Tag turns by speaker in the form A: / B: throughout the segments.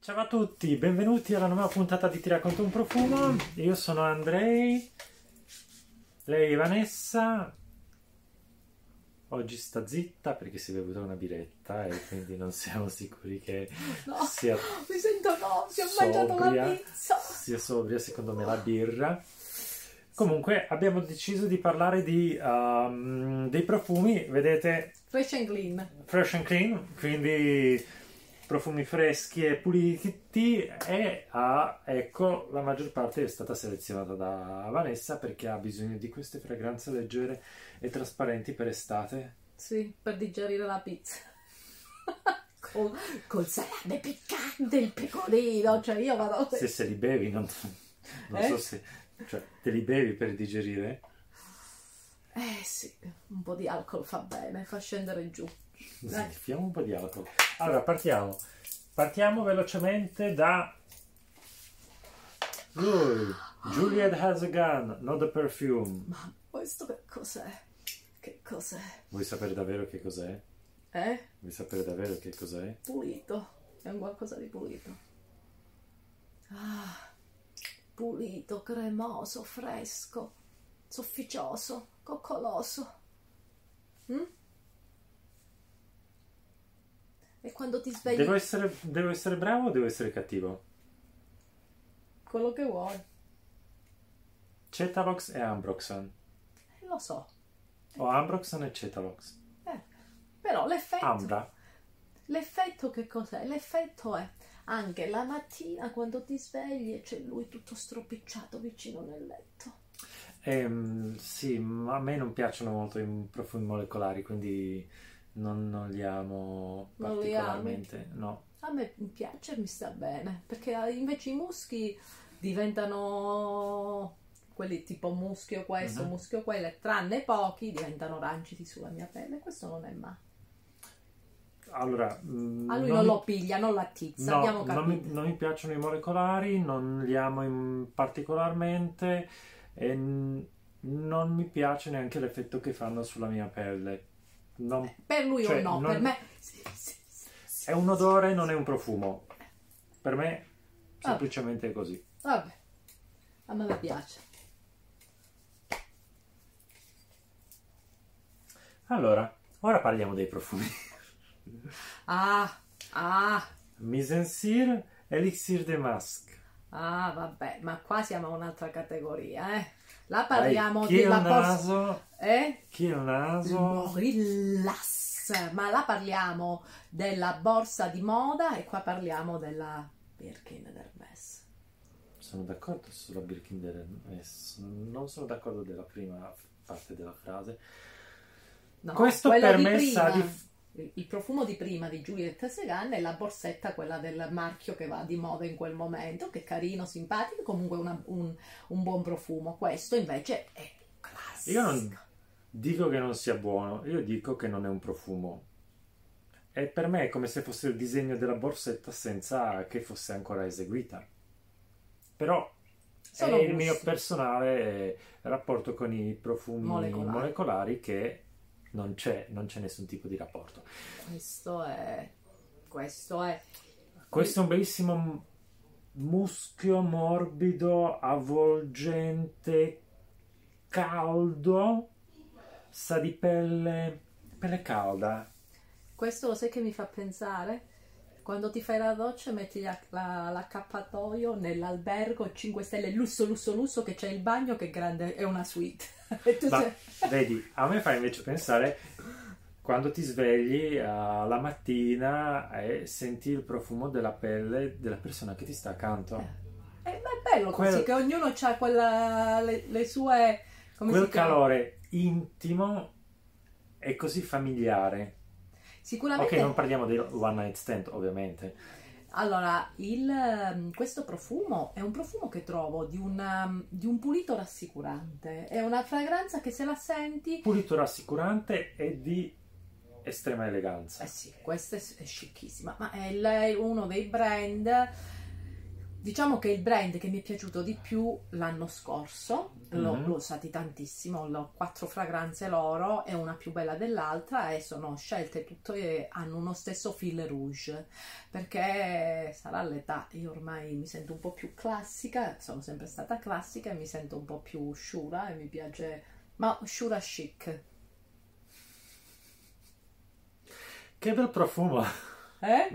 A: Ciao a tutti, benvenuti alla nuova puntata di Ti racconto un profumo. Io sono Andrei, lei è Vanessa. Oggi sta zitta perché si è bevuta una biretta e quindi non siamo sicuri che
B: No.
A: sia,
B: Mi sento no, si è mangiato la
A: Sobria.
B: pizza.
A: sia sobria, secondo me, la birra. Comunque abbiamo deciso di parlare di, ehm, dei profumi, vedete,
B: Fresh and clean.
A: fresh and clean, quindi profumi freschi e puliti e ah, ecco la maggior parte è stata selezionata da Vanessa perché ha bisogno di queste fragranze leggere e trasparenti per estate.
B: Sì, per digerire la pizza. col, col salame piccante, il pecorino. Cioè io vado...
A: Se se li bevi non, non
B: Eh?
A: so se cioè, te li bevi per digerire.
B: Eh sì, un po' di alcol fa bene, fa scendere giù. Dai.
A: Snifiamo un po' di alcol. Allora partiamo. Partiamo velocemente da lui. Juliet has a gun, not a perfume.
B: Ma questo che cos'è? Che cos'è?
A: Vuoi sapere davvero che cos'è?
B: Eh?
A: Vuoi sapere davvero che cos'è?
B: Pulito. È un qualcosa di pulito. Ah, pulito, cremoso, fresco, sofficioso, coccoloso. Mm? E quando ti svegli
A: Devo essere, devo essere bravo o devo essere cattivo?
B: quello che vuoi.
A: Cetalox e Ambroxan.
B: Eh, Lo so,
A: O Ambroxan e Cetalox.
B: però l'effetto...
A: Ambra.
B: L'effetto che cos'è? L'effetto è anche la mattina quando ti svegli e c'è lui tutto stropicciato vicino nel letto.
A: Ehm, sì, ma a me non piacciono molto i profumi molecolari, quindi non, non li amo
B: Non li ami?
A: particolarmente. No.
B: A me piace, mi sta bene, perché invece i muschi diventano quelli tipo muschio questo,
A: Mhm.
B: muschio quello, e tranne pochi diventano rancidi sulla mia pelle. Questo non è male.
A: Allora, mm,
B: A lui non,
A: non-
B: lo piglia, non l'attizza,
A: No,
B: abbiamo
A: non mi,
B: capito.
A: non mi piacciono i molecolari, non li amo in- particolarmente e n- non mi piace neanche l'effetto che fanno sulla mia pelle. Non-
B: Per lui
A: Cioè,
B: o no,
A: non-
B: per me... Sì, sì, sì.
A: è un odore, non è un profumo. Per me,
B: Ah.
A: semplicemente è così.
B: Vabbè, a me piace.
A: Allora, ora parliamo dei profumi.
B: Ah, ah,
A: Mise en cire, Elixir de Masque.
B: Ah, vabbè, ma qua siamo a un'altra categoria, eh. La
A: Dai,
B: parliamo
A: chi è il
B: della Mm. pos-
A: naso?
B: eh?
A: Chi è il naso?
B: Gorillaz, ma la parliamo della borsa di moda e qua parliamo della Birkin d'Hermes.
A: Sono d'accordo sulla Birkin Dermes, non sono d'accordo della prima parte della frase.
B: No,
A: Questo
B: quello
A: per
B: di
A: me
B: prima,
A: sa di-
B: il- il profumo di prima di Juliette Segan e la borsetta, quella del marchio che va di moda in quel momento, che è carino, simpatico, comunque una- un, un buon profumo. Questo invece è classico.
A: Io non dico che non sia buono, io dico che non è un profumo. E per me è come se fosse il disegno della borsetta senza che fosse ancora eseguita. Però
B: Sono
A: è il
B: gusti.
A: mio personale eh, rapporto con i profumi
B: Molecolari.
A: molecolari che non c'è, non c'è nessun tipo di rapporto.
B: Questo è. Questo è.
A: Questo è un bellissimo m- muschio morbido, avvolgente, caldo, sa di pelle, pelle calda.
B: Questo lo sai che mi fa pensare? Quando ti fai la doccia e metti la- la- l'accappatoio nell'albergo 5 stelle, lusso, lusso, lusso, che c'è il bagno che è grande, è una suite. e tu
A: Ma
B: sei-
A: vedi, a me fa invece pensare quando ti svegli eh, la mattina e senti il profumo della pelle della persona che ti sta accanto.
B: Eh, ma è bello
A: Quel-
B: così, che ognuno ha quella, le, le sue... Come
A: Quel
B: si chiama?
A: calore intimo e così familiare. Ok,
B: Sicuramente...
A: non parliamo di one night stand, ovviamente.
B: Allora, il, ehm, questo profumo è un profumo che trovo di, una- di un pulito rassicurante. È una fragranza che se la senti...
A: pulito rassicurante e di estrema eleganza.
B: Eh sì, questa è, è scicchissima, ma è, la- è uno dei brand Diciamo che il brand che mi è piaciuto di più l'anno scorso, l'ho,
A: Mhm.
B: l'ho usati tantissimo, ho quattro fragranze loro e una più bella dell'altra e sono scelte tutte e hanno uno stesso fil rouge, perché sarà l'età, io ormai mi sento un po' più classica, sono sempre stata classica e mi sento un po' più sciura e mi piace, ma sciura chic,
A: Che bel profumo!
B: eh?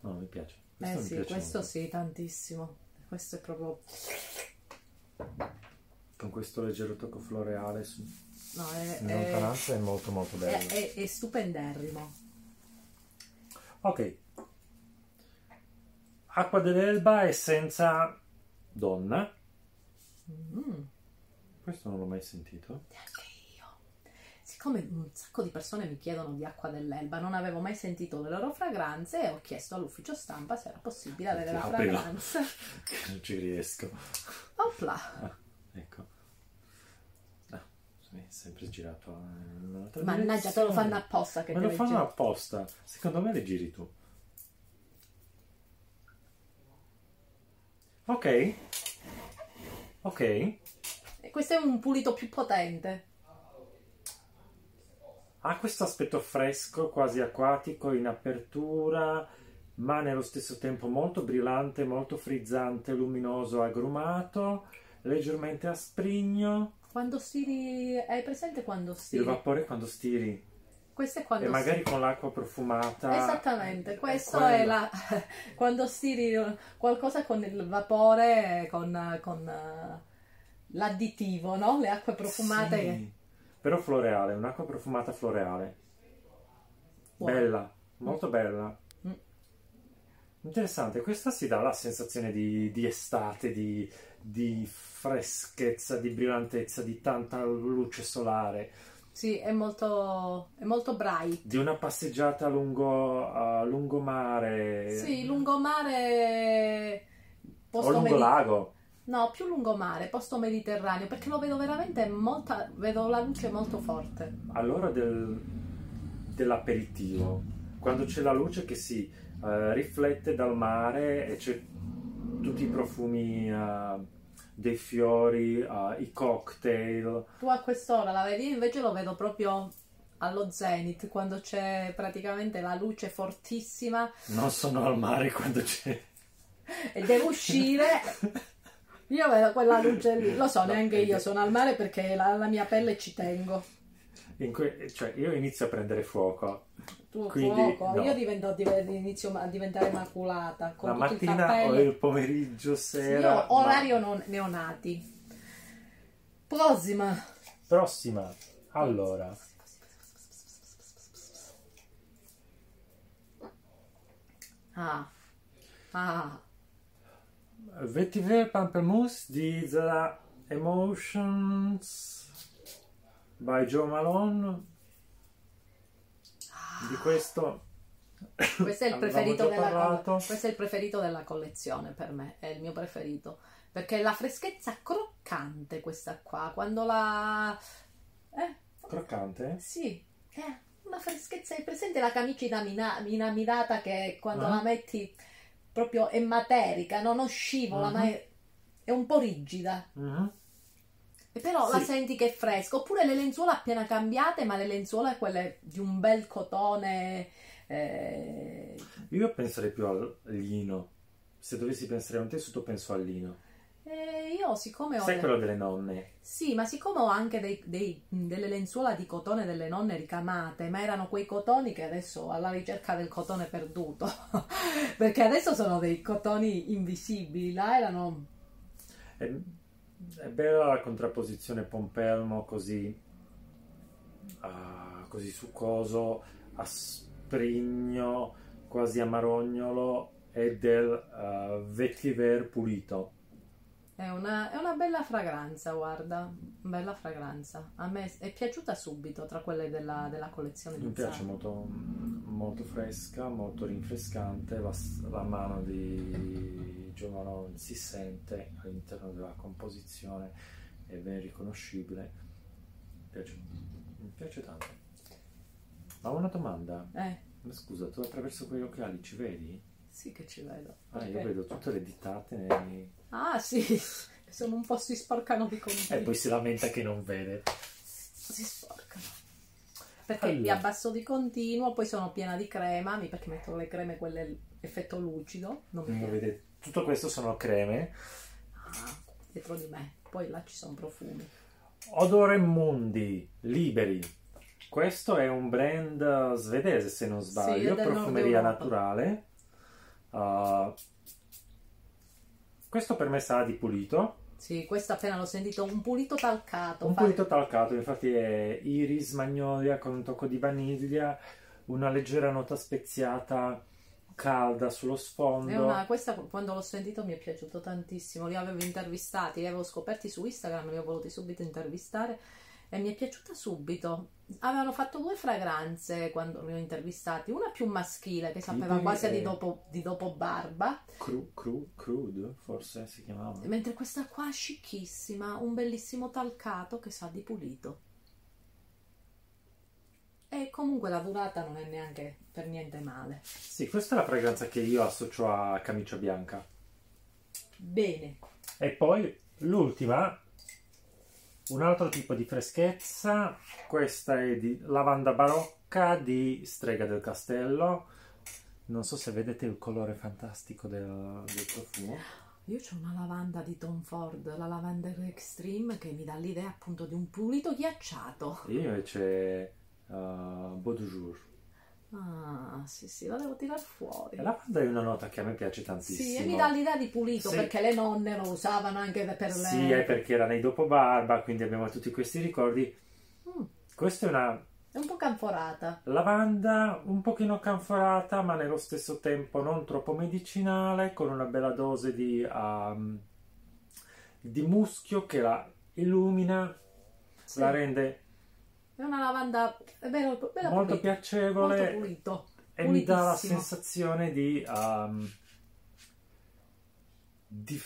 A: No, mi piace.
B: Eh
A: mi
B: sì,
A: piace
B: questo
A: molto.
B: sì, tantissimo. Questo è proprio...
A: Con questo leggero tocco floreale su...
B: No, è,
C: In
B: è,
C: lontananza è molto molto bello.
B: è- è- è stupenderrimo.
A: Ok. Acqua dell'Elba è senza donna.
B: Mm,
A: Questo non l'ho mai sentito.
B: neanche io. Siccome un sacco di persone mi chiedono di acqua dell'elba, non avevo mai sentito le loro fragranze e ho chiesto all'ufficio stampa se era possibile avere la
A: Aprila.
B: fragranza.
A: Che non ci riesco.
B: Opla!
A: Ecco. Ah, mi è sempre girato. in un'altra
B: Mannaggia, te lo fanno
A: direzione.
B: apposta che
A: Me
B: te
A: lo
B: le
A: fanno
B: giro.
A: apposta. Secondo me le giri tu. Ok. Ok.
B: E Eh, Questo è un pulito più potente.
A: Ha questo aspetto fresco, quasi acquatico, in apertura, ma nello stesso tempo molto brillante, molto frizzante, luminoso, agrumato, leggermente a sprigno.
B: Quando stiri... Hai presente quando
A: Il
B: stiri?
A: vapore quando stiri
B: Questo è quando
A: e magari con l'acqua profumata.
B: Esattamente, questo
A: quello.
B: è la... quando stiri qualcosa con il vapore, con, con, eh, l'additivo, no? Le acque profumate.
A: Sì. Però floreale, un'acqua profumata floreale.
B: Buono.
A: Bella, molto bella.
B: Mm.
A: Interessante, questa si dà la sensazione di, di estate, di, di freschezza, di brillantezza, di tanta luce solare,
B: Sì, è molto, è molto bright.
A: di una passeggiata lungo, a lungomare
B: Sì, lungomare...
A: Eh. o
B: Posto
A: lungo
B: medi-
A: lago.
B: No, più lungomare, posto mediterraneo, perché lo vedo veramente molta... vedo la luce molto forte.
A: all'ora del- dell'aperitivo, quando c'è la luce che si eh, riflette dal mare e c'è tutti i profumi eh, dei fiori, eh, i cocktail,
B: Tu a quest'ora la vedi, io invece lo vedo proprio allo zenith, quando c'è praticamente la luce fortissima
A: non sono al mare quando c'è.
B: e devo uscire. Io vedo quella luce lì, lo so,
A: No,
B: neanche
A: eh,
B: io sono al mare perché la, la mia pelle ci tengo.
A: in que- cioè, io inizio a prendere fuoco.
B: Tu
A: Quindi,
B: fuoco,
A: no.
B: io divento- div- inizio a diventare maculata con
A: la
B: tutto il
A: mattina o
B: cappello.
A: il pomeriggio, sera.
B: Io
A: ma-
B: orario non- neonati. Prossima.
A: Prossima. Allora,
B: Ah. Ah.
A: Vetiver Pamplemousse di The Emotions by Joe Malone. Di questo
B: Ah, Questo è il
A: Avevamo
B: preferito
A: già
B: della
A: parlato.
B: questo è il preferito della collezione per me, è il mio preferito, perché la freschezza croccante questa qua, quando la eh,
A: croccante.
B: Sì, eh, una freschezza. Hai presente la camicina mina- minamirata che quando
A: Ah.
B: la metti proprio è materica, no? non scivola,
A: Ah.
B: ma è, è un po' rigida.
A: Mhm.
B: E Però
A: Sì.
B: la senti che è fresca. Oppure le lenzuola appena cambiate, ma le lenzuola quelle di un bel cotone. eh,
A: Io penserei più al lino. Se dovessi pensare a un tessuto, penso al lino.
B: e eh, io siccome ho...
A: Sai quello delle nonne?
B: Sì, ma siccome ho anche dei- dei- delle lenzuola di cotone delle nonne ricamate, ma erano quei cotoni che adesso alla ricerca del cotone perduto, perché adesso sono dei cotoni invisibili, là erano...
A: È, è bella la contrapposizione pompelmo così, ah, così succoso, a sprigno, quasi amarognolo e del ah, vetiver pulito.
B: È una, è una bella fragranza, guarda, bella fragranza. A me è piaciuta subito tra quelle della, della collezione di
A: Mi piace
B: Zara.
A: molto, molto fresca, molto rinfrescante, la, s- la mano di Giovanni si sente all'interno della composizione, è ben riconoscibile, mi piace, mi piace tanto. Ma ho una domanda,
B: Eh,
A: ma scusa, tu attraverso quegli occhiali ci vedi?
B: Sì che ci vedo.
A: Ah, io
B: perché-
A: vedo tutte le dittate nei-
B: Ah, sì, sono un po' si sporcano di contenuti.
A: e poi si lamenta che non vede.
B: si sporcano. Perché
A: Allora.
B: mi abbasso di continuo, poi sono piena di crema, mi- perché metto le creme quelle effetto lucido, non mi
A: Non
B: piace.
A: vede. Tutto questo sono creme.
B: Ah, dietro di me. Poi là ci sono profumi.
A: Odore Mundi, liberi. Questo è un brand eh, svedese, se non sbaglio,
B: è del
A: profumeria
B: nord Europa.
A: naturale. Uh, questo per me sarà di pulito,
B: Sì, questo appena l'ho sentito, un pulito talcato.
A: un
B: fa-
A: pulito talcato, infatti è iris magnolia con un tocco di vaniglia, una leggera nota speziata calda sullo
B: È
A: sfondo.
B: una- questa quando l'ho sentito mi è piaciuto tantissimo, li avevo intervistati, li avevo scoperti su Instagram, li ho voluti subito intervistare e mi è piaciuta subito. Avevano fatto due fragranze quando li ho intervistati, una più maschile che sapeva
A: Liberi
B: quasi
A: e-
B: di dopo, di dopo barba,
A: Cru, cru, crude, forse si chiamava.
B: mentre questa qua scicchissima, un bellissimo talcato che sa di pulito. E comunque la durata non è neanche per niente male.
A: Sì, questa è la fragranza che io associo a camicia bianca.
B: Bene,
A: E poi l'ultima, un altro tipo di freschezza, questa è di lavanda barocca di Strega del Castello. Non so se vedete il colore fantastico del, del profumo.
B: Io ho una lavanda di Tom Ford, la Lavender Extreme, che mi dà l'idea appunto di un pulito ghiacciato.
A: Io invece eh, uh, Beaudejour.
B: Ah, sì, sì, la devo tirar fuori.
A: La lavanda è una nota che a me piace
B: Sì,
A: tantissimo.
B: e mi dà l'idea di pulito
A: Sì.
B: perché le nonne lo usavano anche per le.
A: Sì, è perché era nei dopo barba, quindi abbiamo tutti questi ricordi.
B: Mm,
A: Questa è una
B: è un po' canforata.
A: Lavanda un pochino canforata, ma nello stesso tempo non troppo medicinale, con una bella dose di, ehm, di muschio che la illumina,
B: Sì.
A: la rende
B: È una lavanda è bella, bella
A: molto
B: pulita, molto
A: piacevole
B: pulito.
A: e mi dà la
B: pulitissimo.
A: sensazione di, ehm, di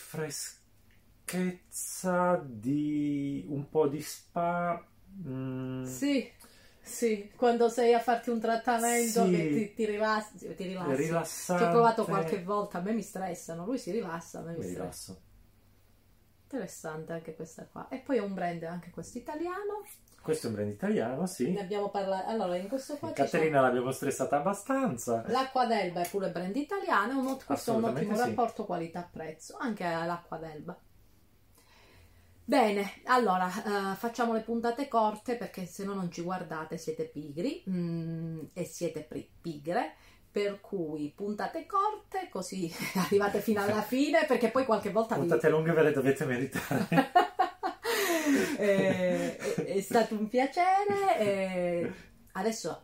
A: freschezza, di un po' di spa. mm,
B: Sì, sì, quando sei a farti un trattamento
A: Sì.
B: che ti, ti rilassi. Ti rilassi. Ci
A: rilassante.
B: ho provato qualche volta, a me mi stressano, lui si rilassa, a me mi
A: Mi
B: stressa.
A: rilasso.
B: Interessante anche questa qua. E poi è un brand anche questo italiano.
A: Questo è un brand italiano, sì.
B: Ne abbiamo parlato. Allora, in questo qua ci sono
A: Caterina l'abbiamo stressata abbastanza.
B: l'acqua d'elba è pure brand italiano. è un ot- Questo è un
A: Assolutamente
B: ottimo
A: sì.
B: rapporto qualità-prezzo, anche l'acqua d'elba. Bene, allora eh, facciamo le puntate corte perché se no non ci guardate, siete pigri mm, e siete pri- pigre. Per cui puntate corte, così arrivate fino alla fine, perché poi qualche volta vi,
A: Puntate lunghe ve le dovete meritare.
B: Eh, è, è stato un piacere. eh, adesso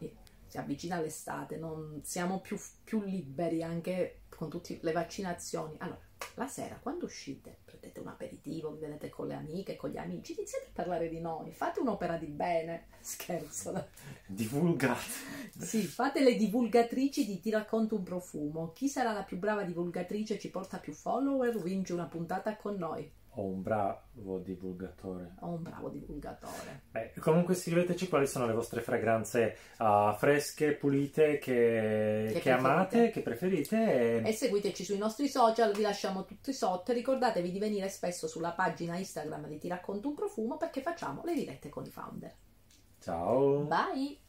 B: si avvicina l'estate, non siamo più, più liberi anche con tutte le vaccinazioni. Allora, la sera quando uscite, prendete un aperitivo, vi vedete con le amiche, con gli amici, iniziate a parlare di noi, fate un'opera di bene. Scherzo, no?
A: Divulgate.
B: Sì, fate le divulgatrici di Ti racconto un profumo. Chi sarà la più brava divulgatrice e ci porta più follower vince una puntata con noi.
A: Ho un bravo divulgatore.
B: Ho un bravo divulgatore.
A: Beh, comunque scriveteci quali sono le vostre fragranze ah, fresche, pulite, che,
B: Che
A: che amate,
B: preferite.
A: che preferite.
B: e
A: E...
B: seguiteci sui nostri social, vi lasciamo tutti sotto. Ricordatevi di venire spesso sulla pagina Instagram di Ti racconto un profumo perché facciamo le dirette con i founder.
A: Ciao.
B: Bye!